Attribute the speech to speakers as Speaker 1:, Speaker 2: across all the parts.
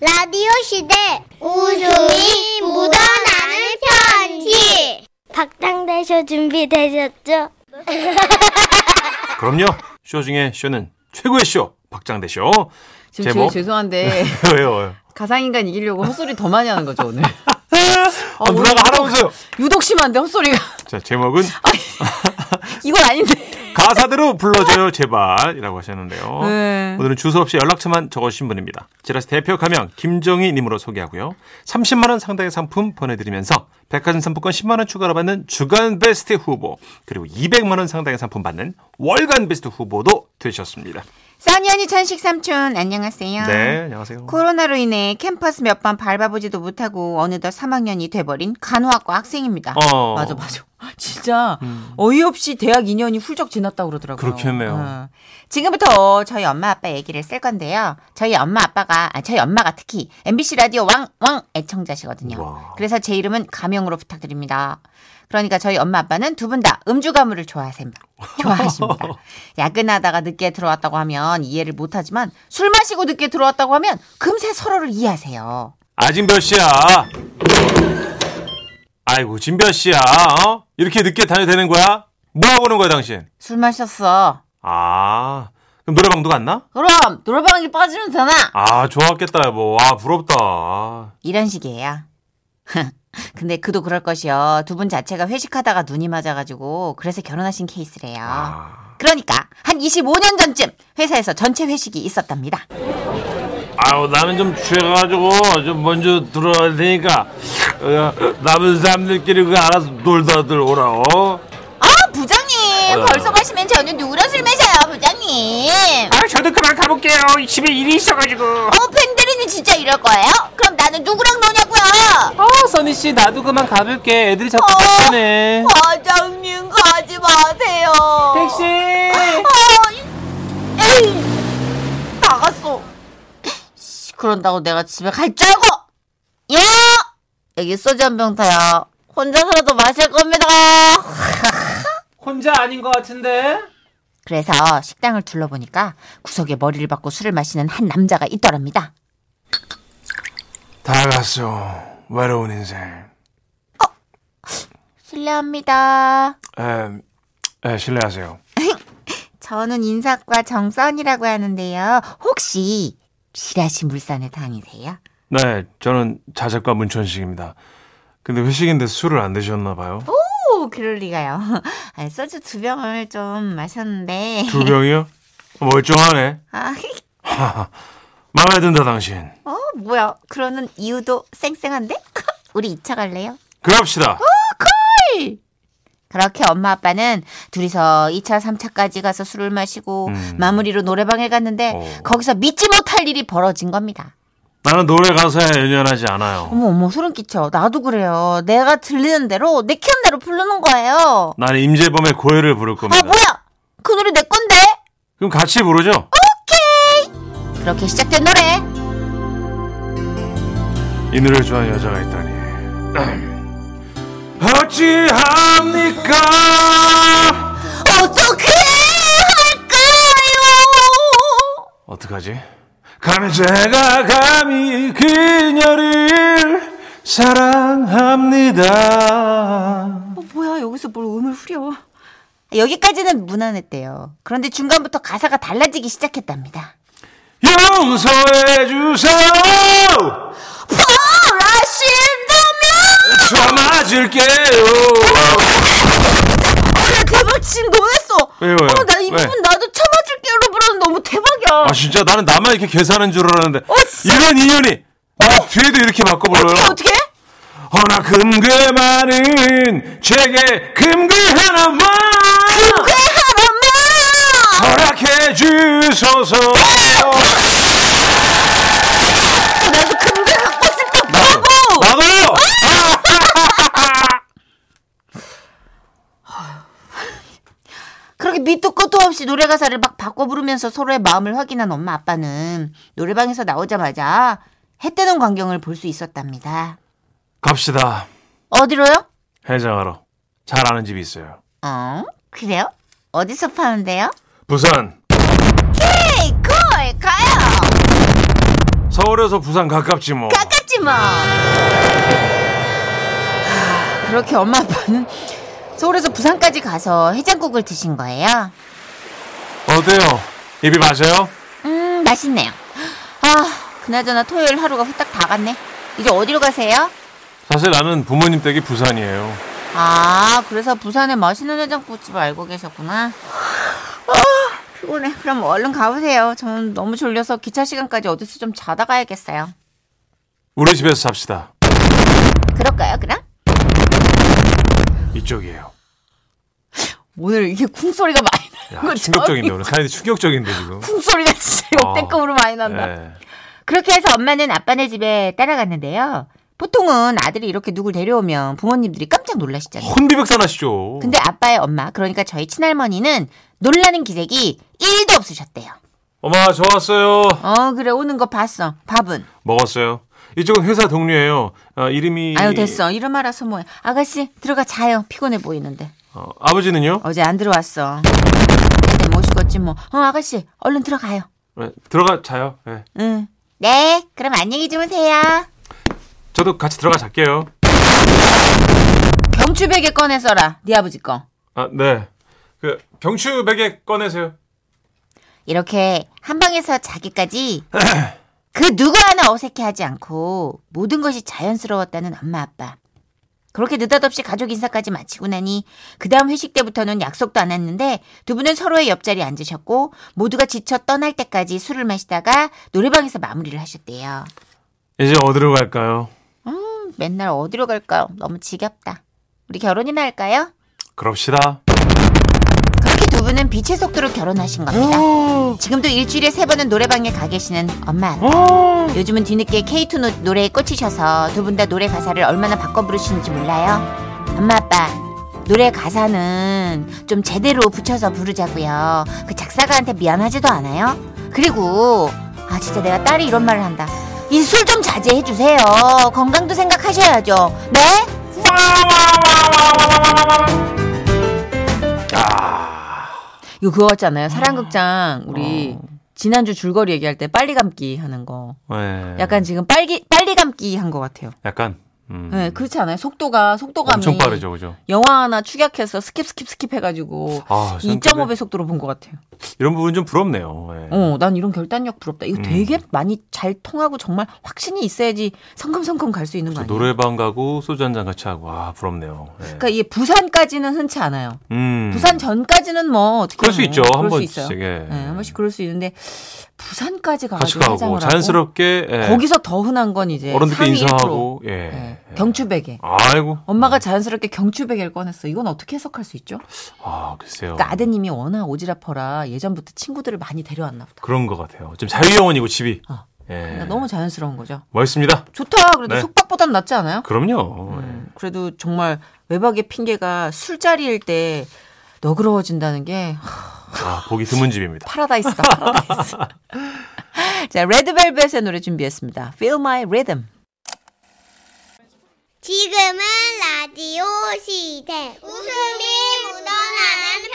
Speaker 1: 라디오 시대 웃음이 묻어나는 편지 박장대쇼 준비되셨죠?
Speaker 2: 그럼요. 쇼 중에 쇼는 최고의 쇼. 박장대 쇼.
Speaker 3: 지금
Speaker 2: 제목?
Speaker 3: 제일 죄송한데
Speaker 2: 왜요? 왜요?
Speaker 3: 가상인간 이기려고 헛소리 더 많이 하는 거죠 오늘.
Speaker 2: 아,
Speaker 4: 어,
Speaker 2: 누나가 하라면서요.
Speaker 3: 유독 심한데 헛소리가
Speaker 2: 자, 제목은
Speaker 3: 아, 이건 아닌데.
Speaker 2: 가사대로 불러줘요 제발이라고 하셨는데요.
Speaker 3: 그 네.
Speaker 2: 오늘은 주소 없이 연락처만 적어주신 분입니다. 지라스 대표 가명 김정희님으로 소개하고요. 30만 원 상당의 상품 보내드리면서 백화점 상품권 10만 원 추가로 받는 주간 베스트 후보 그리고 200만 원 상당의 상품 받는 월간 베스트 후보도 되셨습니다.
Speaker 4: 써니 언니 천식 삼촌 안녕하세요.
Speaker 2: 네, 안녕하세요.
Speaker 4: 코로나로 인해 캠퍼스 몇 번 밟아보지도 못하고 어느덧 3학년이 돼버린 간호학과 학생입니다.
Speaker 2: 어, 음.
Speaker 3: 맞아 맞아. 진짜 어이없이 대학 2년이 훌쩍 지났다 그러더라고요.
Speaker 2: 그렇겠네요.
Speaker 4: 어. 지금부터 저희 엄마 아빠 얘기를 쓸 건데요. 저희 엄마 아빠가 아, 저희 엄마가 특히 MBC 라디오 왕왕 애청자시거든요.
Speaker 2: 와.
Speaker 4: 그래서 제 이름은 가명으로 부탁드립니다. 그러니까 저희 엄마 아빠는 두 분 다 음주 가물을 좋아하십니다. 좋아하십니다. 야근하다가 늦게 들어왔다고 하면 이해를 못하지만 술 마시고 늦게 들어왔다고 하면 금세 서로를 이해하세요.
Speaker 2: 아직 몇 시야? 아이고, 지금 몇 시야? 어? 이렇게 늦게 다녀도 되는 거야? 뭐 하고 오는 거야, 당신?
Speaker 4: 술 마셨어.
Speaker 2: 아, 그럼 노래방도 갔나?
Speaker 4: 그럼 노래방에 빠지면 되나?
Speaker 2: 아, 좋았겠다, 여보. 아, 부럽다. 아,
Speaker 4: 이런 식이에요. 근데 그도 그럴 것이요. 두 분 자체가 회식하다가 눈이 맞아가지고 그래서 결혼하신 케이스래요. 그러니까 한 25년 전쯤 회사에서 전체 회식이 있었답니다.
Speaker 2: 아유, 나는 좀 취해가지고 좀 먼저 들어갈 테니까 어, 남은 사람들끼리 그 알아서 놀다들 오라. 어?
Speaker 4: 아 부장님
Speaker 2: 어. 벌써
Speaker 4: 가시면 저는 누구랑 술 마셔요 부장님.
Speaker 2: 아, 저도 그만 가볼게요. 집에 일이 있어가지고.
Speaker 4: 어 팬들이는 진짜 이럴 거예요? 그럼 나는 누구랑 노냐고요?
Speaker 2: 아, 선희 씨, 나도 그만 가볼게. 애들이 자꾸
Speaker 4: 어.
Speaker 2: 빡치네.
Speaker 4: 과장님 가지 마세요.
Speaker 2: 택시.
Speaker 4: 아, 이- 에이, 나갔어. 씨, 그런다고 내가 집에 갈 줄 알고? 야! 여기 소주 한 병 타요. 혼자서라도 마실 겁니다.
Speaker 2: 혼자 아닌 것 같은데?
Speaker 4: 그래서 식당을 둘러보니까 구석에 머리를 박고 술을 마시는 한 남자가 있더랍니다.
Speaker 2: 다 갔어. 외로운 인생.
Speaker 4: 실례합니다.
Speaker 2: 에, 에, 실례하세요.
Speaker 4: 저는 인사과 정선이라고 하는데요. 혹시 지라시 물산에 다니세요?
Speaker 2: 네, 저는 자작가 문천식입니다. 근데 회식인데 술을 안 드셨나 봐요.
Speaker 4: 오, 그럴 리가요. 아, 소주 두 병을 좀 마셨는데.
Speaker 2: 두 병이요? 멀쩡하네.
Speaker 4: 아,
Speaker 2: 마음에 든다 당신.
Speaker 4: 어, 뭐야. 그러는 이유도 쌩쌩한데? 우리 2차 갈래요?
Speaker 2: 그럽시다.
Speaker 4: 그렇게 엄마 아빠는 둘이서 2차, 3차까지 가서 술을 마시고
Speaker 2: 음.
Speaker 4: 마무리로 노래방에 갔는데
Speaker 2: 어.
Speaker 4: 거기서 믿지 못할 일이 벌어진 겁니다.
Speaker 2: 나는 노래 가사에 연연하지 않아요.
Speaker 4: 어머, 어머, 소름 끼쳐. 나도 그래요. 내가 들리는 대로, 내 키운 대로 부르는 거예요.
Speaker 2: 나는 임재범의 고해를 부를
Speaker 4: 아,
Speaker 2: 겁니다.
Speaker 4: 뭐야! 그 노래 내 건데!
Speaker 2: 그럼 같이 부르죠.
Speaker 4: 그렇게 시작된 노래.
Speaker 2: 이 노래를 좋아하는 여자가 있다니. 어찌합니까?
Speaker 4: 어떻게 할까요?
Speaker 2: 어떡하지? 감히 제가 감히 그녀를 사랑합니다.
Speaker 4: 어, 뭐야 여기서 뭘 음을 후려 여기까지는 무난했대요 그런데 중간부터 가사가 달라지기 시작했답니다
Speaker 2: 용서해 주세요.
Speaker 4: 아, 바라신다면
Speaker 2: 저 맞을게요.
Speaker 4: 야 아, 대박 지금 놀랬어
Speaker 2: 왜요, 왜요?
Speaker 4: 어, 나이
Speaker 2: 왜?
Speaker 4: 부분 나도 참아줄게요로 부르는 너무 대박이야
Speaker 2: 아 진짜 나는 나만 이렇게 계산한 줄 알았는데
Speaker 4: 어, 진짜.
Speaker 2: 이런 인연이 아, 뒤에도 이렇게 바꿔 불러요.
Speaker 4: 어떻게 어떻게
Speaker 2: 허나 금괴만은 제게 금괴 하나만
Speaker 4: 그 하나만
Speaker 2: 허락해 주소서.
Speaker 4: 어, 나도 금괴 갖고 싶다
Speaker 2: 나도.
Speaker 4: 바보
Speaker 2: 나도.
Speaker 4: 그렇게 밑도 끝도 없이 노래 가사를 막 바꿔 부르면서 서로의 마음을 확인한 엄마 아빠는 노래방에서 나오자마자 해 뜨는 광경을 볼 수 있었답니다
Speaker 2: 갑시다.
Speaker 4: 어디로요?
Speaker 2: 해장하러. 잘 아는 집이 있어요.
Speaker 4: 어? 그래요? 어디서 파는데요?
Speaker 2: 부산
Speaker 4: 에이, 콜! 가요!
Speaker 2: 서울에서 부산 가깝지 뭐.
Speaker 4: 가깝지 뭐. 하, 그렇게 엄마 아빠는 서울에서 부산까지 가서 해장국을 드신 거예요.
Speaker 2: 어때요? 입이 마셔요?
Speaker 4: 음, 맛있네요. 아, 그나저나 토요일 하루가 후딱 다 갔네. 이제 어디로 가세요?
Speaker 2: 사실 나는 부모님 댁이 부산이에요.
Speaker 4: 아, 그래서 부산에 맛있는 해장국집 알고 계셨구나. 아, 피곤해. 그럼 얼른 가보세요. 저는 너무 졸려서 기차 시간까지 어디서 좀 자다 가야겠어요.
Speaker 2: 우리 집에서 잡시다.
Speaker 4: 그럴까요, 그럼?
Speaker 2: 이쪽이에요.
Speaker 4: 오늘 이게 쿵소리가 많이 나는
Speaker 2: 야,
Speaker 4: 거
Speaker 2: 충격적인데 오늘 사연이 충격적인데 지금.
Speaker 4: 쿵소리가 진짜
Speaker 2: 아,
Speaker 4: 역대급으로 많이 난다.
Speaker 2: 예.
Speaker 4: 그렇게 해서 엄마는 아빠네 집에 따라갔는데요. 보통은 아들이 이렇게 누굴 데려오면 부모님들이 깜짝 놀라시잖아요.
Speaker 2: 혼비백산하시죠.
Speaker 4: 근데 아빠의 엄마, 그러니까 저희 친할머니는 놀라는 기색이 1도 없으셨대요.
Speaker 2: 엄마 저 왔어요.
Speaker 4: 어, 그래, 오는 거 봤어. 밥은.
Speaker 2: 먹었어요. 이쪽은 회사 동료예요. 아, 이름이
Speaker 4: 아유, 됐어. 이름 알아서 뭐해. 아가씨, 들어가 자요. 피곤해 보이는데.
Speaker 2: 어, 아버지는요?
Speaker 4: 어제 안 들어왔어. 네, 모시겠지, 뭐. 어, 아가씨, 얼른 들어가요.
Speaker 2: 네, 들어가 자요. 네.
Speaker 4: 응. 네, 그럼 안녕히 주무세요.
Speaker 2: 저도 같이 들어가 잘게요.
Speaker 4: 경추베개 꺼내 써라. 네 아버지 거.
Speaker 2: 아, 네. 그 병추 베개 꺼내세요.
Speaker 4: 이렇게 한 방에서 자기까지 그 누구 하나 어색해하지 않고 모든 것이 자연스러웠다는 엄마 아빠. 그렇게 느닷없이 가족 인사까지 마치고 나니 그 다음 회식 때부터는 약속도 안 했는데 두 분은 서로의 옆자리에 앉으셨고 모두가 지쳐 떠날 때까지 술을 마시다가 노래방에서 마무리를 하셨대요.
Speaker 2: 이제 어디로 갈까요?
Speaker 4: 음, 맨날 어디로 갈까요? 너무 지겹다. 우리 결혼이나 할까요?
Speaker 2: 그럽시다.
Speaker 4: 그렇게 두 분은 빛의 속도로 결혼하신 겁니다. 지금도 일주일에 세 번은 노래방에 가 계시는 엄마 아빠. 요즘은 뒤늦게 K2 노, 노래에 꽂히셔서 두 분 다 노래 가사를 얼마나 바꿔 부르시는지 몰라요. 엄마 아빠 노래 가사는 좀 제대로 붙여서 부르자고요. 그 작사가한테 미안하지도 않아요. 그리고 아 진짜 내가 딸이 이런 말을 한다. 이 술 좀 자제해 주세요. 건강도 생각하셔야죠. 네?
Speaker 3: 이거 그거 같잖아요. 사랑극장 우리 지난주 줄거리 얘기할 때 빨리 감기 하는 거.
Speaker 2: 네.
Speaker 3: 약간 지금 빨리 빨리 감기 한 것 같아요.
Speaker 2: 약간 음,
Speaker 3: 네, 그렇지 않아요? 속도가 속도감이
Speaker 2: 엄청 빠르죠, 그죠?
Speaker 3: 영화 하나 축약해서 스킵 스킵 스킵 해가지고
Speaker 2: 아, 저는
Speaker 3: 2.5배 속도로 본 것 같아요.
Speaker 2: 이런 부분 좀 부럽네요. 예.
Speaker 3: 어, 난 이런 결단력 부럽다. 이거
Speaker 2: 음.
Speaker 3: 되게 많이 잘 통하고 정말 확신이 있어야지 성큼성큼 갈 수 있는 거
Speaker 2: 저
Speaker 3: 아니에요?
Speaker 2: 그 노래방 가고 소주 한 잔 같이 하고 아 부럽네요. 예.
Speaker 3: 그러니까 이게 부산까지는 흔치 않아요.
Speaker 2: 음.
Speaker 3: 부산 전까지는 뭐 어떻게
Speaker 2: 그럴 수
Speaker 3: 뭐
Speaker 2: 있죠.
Speaker 3: 그럴
Speaker 2: 한
Speaker 3: 수
Speaker 2: 번씩,
Speaker 3: 있어요.
Speaker 2: 예.
Speaker 3: 네, 한 번씩 그럴 수 있는데 부산까지
Speaker 2: 같이
Speaker 3: 가가지고
Speaker 2: 가고
Speaker 3: 해장을 하고
Speaker 2: 자연스럽게 예.
Speaker 3: 거기서 더 흔한 건 이제
Speaker 2: 어른들께
Speaker 3: 상위 1%.
Speaker 2: 인사하고 예.
Speaker 3: 네,
Speaker 2: 예.
Speaker 3: 경추베개.
Speaker 2: 아이고
Speaker 3: 엄마가 자연스럽게 경추베개를 꺼냈어. 이건 어떻게 해석할 수 있죠?
Speaker 2: 아 글쎄요.
Speaker 3: 그러니까 아드님이 워낙 오지랖퍼라 예전부터 친구들을 많이 데려왔나 보다.
Speaker 2: 그런 것 같아요. 지금 자유영원이고 집이
Speaker 3: 어.
Speaker 2: 예.
Speaker 3: 그러니까 너무 자연스러운 거죠.
Speaker 2: 멋있습니다.
Speaker 3: 좋다. 그래도
Speaker 2: 네.
Speaker 3: 속박보단 낫지 않아요?
Speaker 2: 그럼요. 예.
Speaker 3: 음, 그래도 정말 외박의 핑계가 술자리일 때 너그러워진다는 게 하,
Speaker 2: 아 보기 드문 집입니다.
Speaker 3: 파라다이스다. 파라다이스. 자, 레드벨벳의 노래 준비했습니다. Feel My Rhythm.
Speaker 1: 지금은 라디오 시대. 웃음이 묻어나는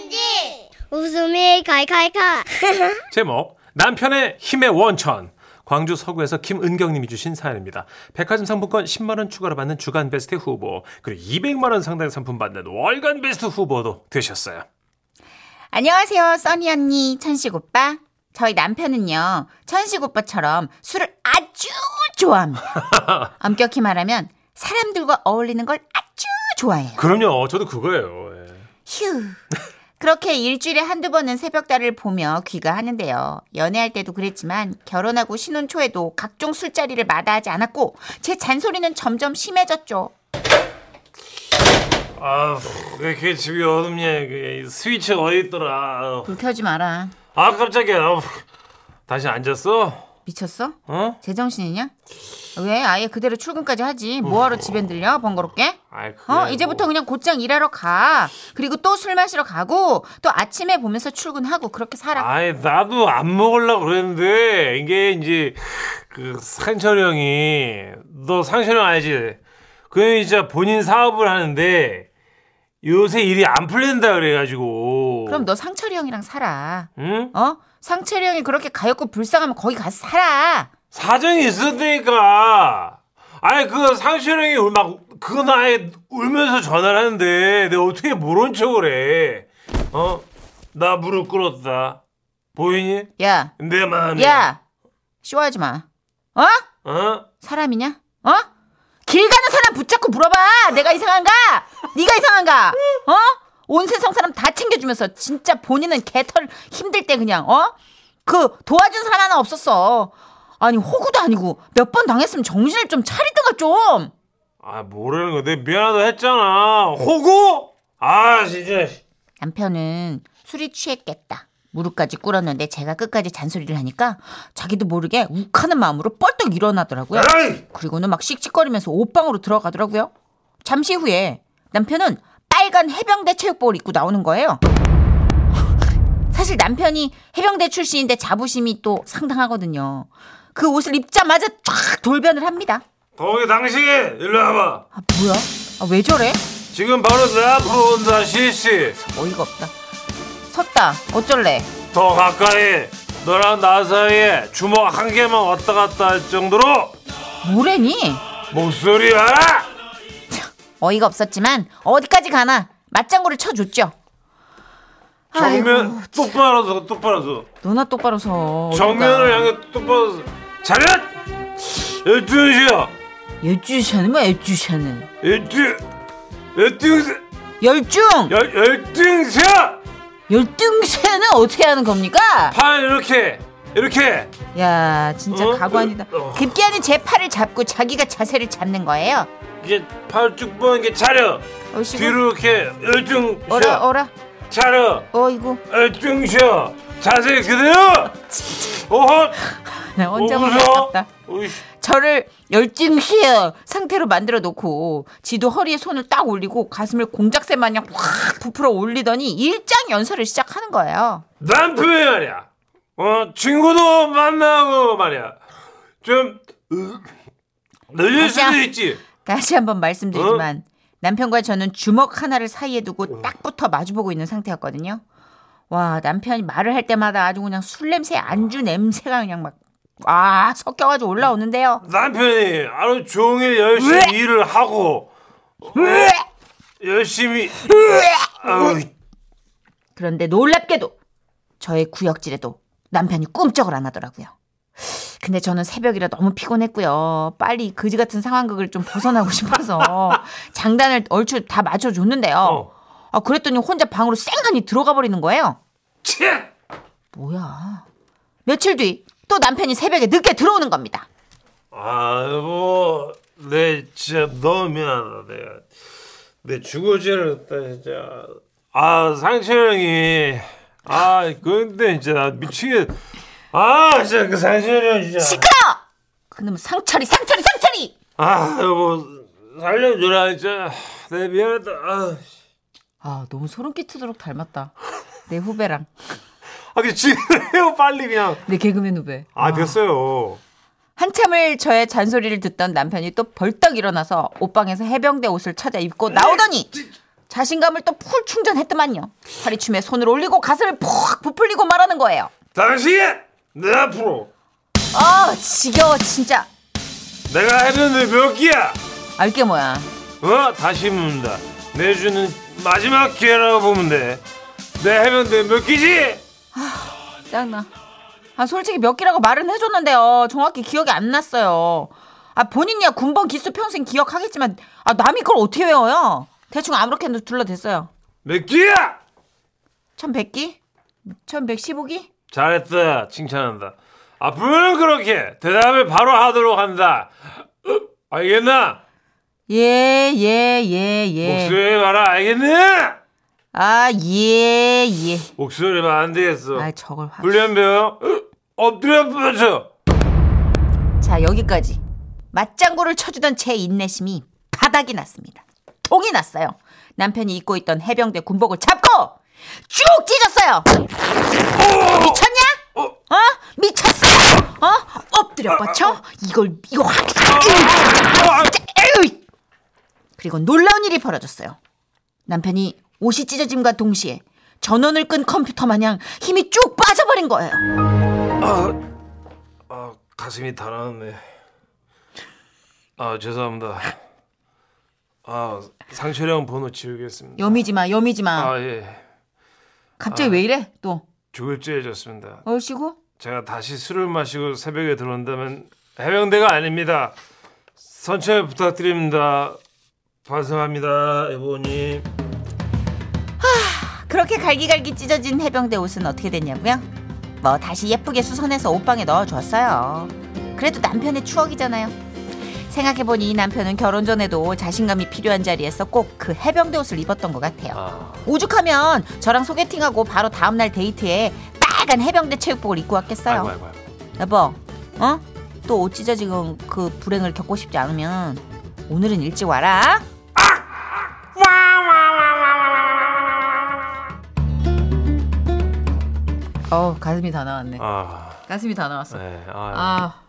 Speaker 1: 편지. 웃음이 칼칼칼.
Speaker 2: 제목 남편의 힘의 원천. 광주 서구에서 김은경님이 주신 사연입니다. 백화점 상품권 10만 원 추가로 받는 주간 베스트 후보 그리고 200만 원 상당 상품 받는 월간 베스트 후보도 되셨어요.
Speaker 4: 안녕하세요, 써니 언니, 천식 오빠. 저희 남편은요, 천식 오빠처럼 술을 아주 좋아합니다. 엄격히 말하면 사람들과 어울리는 걸 아주 좋아해요.
Speaker 2: 그럼요. 저도 그거예요. 예.
Speaker 4: 휴. 그렇게 일주일에 한두 번은 새벽달을 보며 귀가하는데요. 연애할 때도 그랬지만 결혼하고 신혼 초에도 각종 술자리를 마다하지 않았고 제 잔소리는 점점 심해졌죠.
Speaker 2: 아, 왜 이렇게 집이 어둡냐? 그이 스위치 어디 있더라?
Speaker 4: 불 켜지 마라.
Speaker 2: 아, 깜짝이야. 아우, 다시 앉았어?
Speaker 4: 미쳤어?
Speaker 2: 어?
Speaker 4: 제정신이냐? 왜 아예 그대로 출근까지 하지? 뭐하러 집에 들려? 번거롭게?
Speaker 2: 아이, 그래,
Speaker 4: 어, 이제부터
Speaker 2: 뭐.
Speaker 4: 그냥 곧장 일하러 가. 그리고 또 술 마시러 가고, 또 아침에 보면서 출근하고, 그렇게 살아.
Speaker 2: 아이, 나도 안 먹으려고 그랬는데, 이게 이제, 그, 상철이 형이, 너 상철이 형 알지? 그 형이 진짜 본인 사업을 하는데, 요새 일이 안 풀린다 그래가지고.
Speaker 4: 그럼 너 상철이 형이랑 살아.
Speaker 2: 응?
Speaker 4: 어? 상철이 형이 그렇게 가엾고 불쌍하면 거기 가서 살아.
Speaker 2: 사정이 있었다니까. 아니 그 상철 형이 울- 막 그건 아예 울면서 전화를 하는데 내가 어떻게 모른 척을 해? 어? 나 무릎 꿇었다. 보이니?
Speaker 4: 야,
Speaker 2: 내 마음이.
Speaker 4: 야, 쇼하지 마. 어?
Speaker 2: 어?
Speaker 4: 사람이냐? 어? 길 가는 사람 붙잡고 물어봐. 내가 이상한가? 네가 이상한가? 어? 온 세상 사람 다 챙겨주면서 진짜 본인은 개털 힘들 때 그냥 어? 그 도와준 사람 하나 없었어. 아니 호구도 아니고 몇 번 당했으면 정신을 좀 차리든가 좀.
Speaker 2: 아 뭐라는 거야? 내가 미안하다 했잖아. 호구? 아 진짜.
Speaker 4: 남편은 술이 취했겠다. 무릎까지 꿇었는데 제가 끝까지 잔소리를 하니까 자기도 모르게 욱하는 마음으로 뻘떡 일어나더라고요.
Speaker 2: 에이!
Speaker 4: 그리고는 막 씩씩거리면서 옷방으로 들어가더라고요. 잠시 후에 남편은 빨간 해병대 체육복을 입고 나오는 거예요. 사실 남편이 해병대 출신인데 자부심이 또 상당하거든요. 그 옷을 입자마자 쫙 돌변을 합니다.
Speaker 2: 거기 당신 일로 와봐.
Speaker 4: 아 뭐야? 아, 왜 저래?
Speaker 2: 지금 바로 내 앞으로 온다 실시.
Speaker 4: 어이가 없다. 섰다. 어쩔래?
Speaker 2: 더 가까이 너랑 나 사이에 주먹 한 개만 왔다 갔다 할 정도로
Speaker 4: 뭐래니?
Speaker 2: 목소리 알아?
Speaker 4: 어이가 없었지만 어디까지 가나 맞장구를 쳐줬죠.
Speaker 2: 정면 똑바로 서 똑바로 서
Speaker 4: 너나 똑바로 서.
Speaker 2: 정면을 향해 똑바로 서 차렷 열두시야
Speaker 4: 열주샤는 뭐야 열주샤는.
Speaker 2: 열두 열두
Speaker 4: 열중.
Speaker 2: 열 열두시야
Speaker 4: 열등세는 어떻게 하는 겁니까?
Speaker 2: 팔 이렇게 이렇게
Speaker 4: 야 진짜
Speaker 2: 어?
Speaker 4: 가관이다.
Speaker 2: 어.
Speaker 4: 급기야는 제 팔을 잡고 자기가 자세를 잡는 거예요.
Speaker 2: 이제 팔 쭉 뻗는 게 차렷
Speaker 4: 어이구.
Speaker 2: 뒤로 이렇게
Speaker 4: 어라
Speaker 2: 열중시야
Speaker 4: 어라
Speaker 2: 차렷
Speaker 4: 어이구
Speaker 2: 열중시야 자세 그대로 오헛
Speaker 4: 나 혼자
Speaker 2: 어,
Speaker 4: 보면
Speaker 2: 무서워.
Speaker 4: 아깝다.
Speaker 2: 오이씨.
Speaker 4: 저를 열등시어 상태로 만들어 놓고 지도 허리에 손을 딱 올리고 가슴을 공작새 마냥 확 부풀어 올리더니 일장 연설을 시작하는 거예요.
Speaker 2: 남편이 말이야. 어, 친구도 만나고 말이야. 좀, 으, 늦을 수도
Speaker 4: 맞아.
Speaker 2: 있지.
Speaker 4: 다시 한번 말씀드리지만 남편과 저는 주먹 하나를 사이에 두고 딱 붙어 마주보고 있는 상태였거든요. 와 남편이 말을 할 때마다 아주 그냥 술 냄새 안주 냄새가 그냥 막와 섞여가지고 올라오는데요.
Speaker 2: 남편이 하루 종일 열심히
Speaker 4: 으악.
Speaker 2: 일을 하고,
Speaker 4: 으악!
Speaker 2: 열심히, 아우,
Speaker 4: 그런데 놀랍게도 저의 구역질에도 남편이 꿈쩍을 안 하더라고요. 근데 저는 새벽이라 너무 피곤했고요. 빨리 그지 같은 상황극을 좀 벗어나고 싶어서 장단을 얼추 다 맞춰줬는데요.
Speaker 2: 어.
Speaker 4: 아, 그랬더니 혼자 방으로 쌩간이 들어가 버리는 거예요.
Speaker 2: 채!
Speaker 4: 뭐야. 며칠 뒤 또 남편이 새벽에 늦게 들어오는 겁니다.
Speaker 2: 아이고, 내 진짜 너무 미안하다, 내가. 내 죽어지를 했다, 진짜. 아, 상철 형이. 아, 근데 진짜 나 미치겠. 아, 진짜 그 상철 형 진짜.
Speaker 4: 시끄러! 그놈 상철이 상철이 상철이!
Speaker 2: 아, 여보, 살려주라, 진짜. 내 미안하다. 아,
Speaker 4: 아 너무 소름 끼치도록 닮았다. 내 후배랑
Speaker 2: 아 그냥 지해요 빨리 그냥.
Speaker 4: 내 개그맨 후배.
Speaker 2: 아, 됐어요.
Speaker 4: 한참을 저의 잔소리를 듣던 남편이 또 벌떡 일어나서 옷방에서 해병대 옷을 찾아 입고 나오더니 자신감을 또 풀 충전했더만요. 파리춤에 손을 올리고 가슴을 푹 부풀리고 말하는 거예요.
Speaker 2: 당신! 내 앞으로!
Speaker 4: 아 지겨워 진짜.
Speaker 2: 내가 해는데 몇 개야?
Speaker 4: 알게 뭐야.
Speaker 2: 어? 다시 묻는다. 내주는 마지막 기회라고 보면 돼. 내 해면대 몇 개지?
Speaker 4: 짜증나. 아 솔직히 몇 개라고 말은 해줬는데요. 정확히 기억이 안 났어요. 아 본인이야 군번 기수 평생 기억하겠지만 아 남이 그걸 어떻게 외워요? 대충 아무렇게나 둘러댔어요.
Speaker 2: 몇 개야?
Speaker 4: 1100기? 1115기?
Speaker 2: 잘했다. 칭찬한다. 앞으로는 그렇게 대답을 바로 하도록 한다. 어, 알겠나?
Speaker 4: 예, 예, 예, 예.
Speaker 2: 목소리 봐라. 알겠네?
Speaker 4: 아, 예, 예.
Speaker 2: 목소리만 안 되겠어.
Speaker 4: 아, 저걸 화.
Speaker 2: 불륜병 엎드려 부러져
Speaker 4: 자, 여기까지. 맞장구를 쳐주던 제 인내심이 바닥이 났습니다. 동이 났어요. 남편이 입고 있던 해병대 군복을 잡고 쭉 찢었어요. 미쳤냐? 어? 미쳤어? 어? 엎드려 뻗쳐? 이걸 이거 확. 아, 에이! 그리고 놀라운 일이 벌어졌어요. 남편이 옷이 찢어짐과 동시에 전원을
Speaker 2: 아,
Speaker 4: 끈 컴퓨터 마냥 힘이 쭉 빠져버린 거예요.
Speaker 3: 가슴이 다 나왔네. 아 죄송합니다. 아 상철형 번호 지우겠습니다.
Speaker 5: 여미지 마, 여미지 마.
Speaker 3: 아 예.
Speaker 5: 갑자기 왜 이래? 또.
Speaker 3: 죽을 죄졌습니다.
Speaker 5: 얼씨구?
Speaker 3: 제가 다시 술을 마시고 새벽에 들어온다면 해병대가 아닙니다. 선처 부탁드립니다. 반성합니다, 여보님.
Speaker 5: 그렇게 갈기갈기 찢어진 해병대 옷은 어떻게 됐냐고요? 뭐 다시 예쁘게 수선해서 옷방에 넣어줬어요. 그래도 남편의 추억이잖아요. 생각해보니 이 남편은 결혼 전에도 자신감이 필요한 자리에서 꼭 그 해병대 옷을 입었던 것 같아요. 오죽하면 저랑 소개팅하고 바로 다음날 데이트에 빨간 해병대 체육복을 입고 왔겠어요.
Speaker 3: 아이고, 아이고, 아이고.
Speaker 5: 여보, 어? 또 옷 찢어지고 그 불행을 겪고 싶지 않으면 오늘은 일찍 와라.
Speaker 4: 어 가슴이 다 나왔네.
Speaker 3: 아,
Speaker 4: 가슴이 다 나왔어.
Speaker 3: 네, 아,
Speaker 4: 아,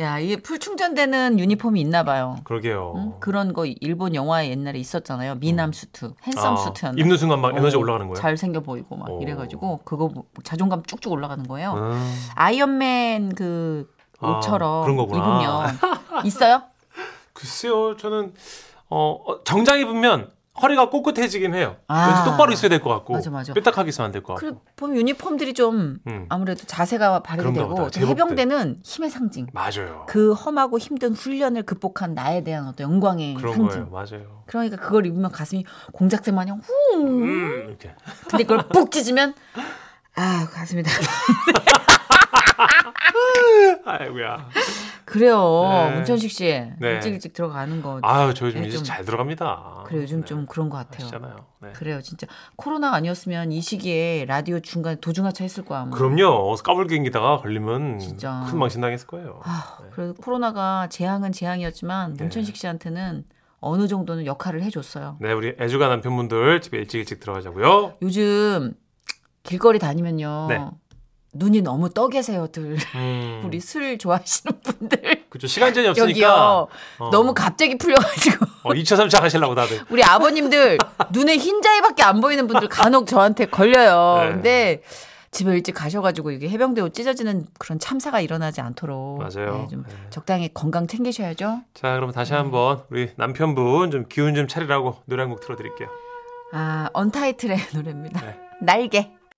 Speaker 4: 야 이게 풀 충전되는 유니폼이 있나 봐요.
Speaker 3: 그러게요.
Speaker 4: 응? 그런 거 일본 영화에 옛날에 있었잖아요. 미남 수트, 핸섬
Speaker 3: 아,
Speaker 4: 수트였나?
Speaker 3: 입는 순간 막 에너지
Speaker 4: 어,
Speaker 3: 올라가는 거예요.
Speaker 4: 잘 생겨 보이고 막
Speaker 3: 어.
Speaker 4: 이래가지고 그거 뭐 자존감 쭉쭉 올라가는 거예요.
Speaker 3: 음.
Speaker 4: 아이언맨 그
Speaker 3: 아,
Speaker 4: 옷처럼
Speaker 3: 그런 거구나.
Speaker 4: 입으면 있어요?
Speaker 3: 글쎄요, 저는 어, 어, 정장 입으면 허리가 꼿꼿해지긴 해요.
Speaker 4: 아.
Speaker 3: 왠지 똑바로 있어야 될 것 같고,
Speaker 4: 맞아, 맞아.
Speaker 3: 삐딱하게 있으면 안 될 것 같고.
Speaker 4: 그래 봄 유니폼들이 좀
Speaker 3: 음.
Speaker 4: 아무래도 자세가 바르게
Speaker 3: 그런가
Speaker 4: 되고
Speaker 3: 보다.
Speaker 4: 또
Speaker 3: 제법
Speaker 4: 해병대는 힘의 상징.
Speaker 3: 맞아요.
Speaker 4: 그 험하고 힘든 훈련을 극복한 나에 대한 어떤 영광의
Speaker 3: 그런
Speaker 4: 상징.
Speaker 3: 거예요, 맞아요.
Speaker 4: 그러니까 그걸 입으면 가슴이 공작새 마냥 후.
Speaker 3: 음, 이렇게.
Speaker 4: 근데 그걸 푹 찢으면 아 가슴이 다.
Speaker 3: 아이고야.
Speaker 4: 그래요.
Speaker 3: 네.
Speaker 4: 문천식 씨
Speaker 3: 네.
Speaker 4: 일찍 일찍 들어가는 거.
Speaker 3: 아유, 저 요즘
Speaker 4: 네,
Speaker 3: 이제
Speaker 4: 좀-
Speaker 3: 잘 들어갑니다.
Speaker 4: 그래 요즘
Speaker 3: 네,
Speaker 4: 좀 그런 것 같아요.
Speaker 3: 아시잖아요. 네.
Speaker 4: 그래요 진짜 코로나 아니었으면 이 시기에 라디오 중간 에 도중하차 했을 거야. 아마.
Speaker 3: 그럼요. 까불갱이다가 걸리면
Speaker 4: 진짜.
Speaker 3: 큰 망신 당했을 거예요.
Speaker 4: 아, 그래도 코로나가 재앙은 재앙이었지만 문천식 씨한테는 어느 정도는 역할을 해줬어요.
Speaker 3: 네, 우리 애주가 남편분들 집에 일찍 일찍 들어가자고요.
Speaker 4: 요즘 길거리 다니면요.
Speaker 3: 네.
Speaker 4: 눈이 너무 떠 계세요들.
Speaker 3: 음,
Speaker 4: 우리 술 좋아하시는 분들.
Speaker 3: 그죠 시간제이 없으니까
Speaker 4: 여기요.
Speaker 3: 어.
Speaker 4: 너무 갑자기 풀려가지고.
Speaker 3: 어, 2차 3차 가시려고 다들.
Speaker 4: 우리 아버님들 눈에 흰자위밖에 안 보이는 분들 간혹 저한테 걸려요.
Speaker 3: 네.
Speaker 4: 근데 집에 일찍 가셔가지고 이게 해병대 옷 찢어지는 그런 참사가 일어나지 않도록
Speaker 3: 맞아요.
Speaker 4: 네, 좀
Speaker 3: 네.
Speaker 4: 적당히 건강 챙기셔야죠.
Speaker 3: 자, 그럼 다시 한번 우리 남편분 좀 기운 좀 차리라고 노래 한 곡 틀어드릴게요.
Speaker 4: 아 언타이틀의 노래입니다.
Speaker 3: 네.
Speaker 4: 날개.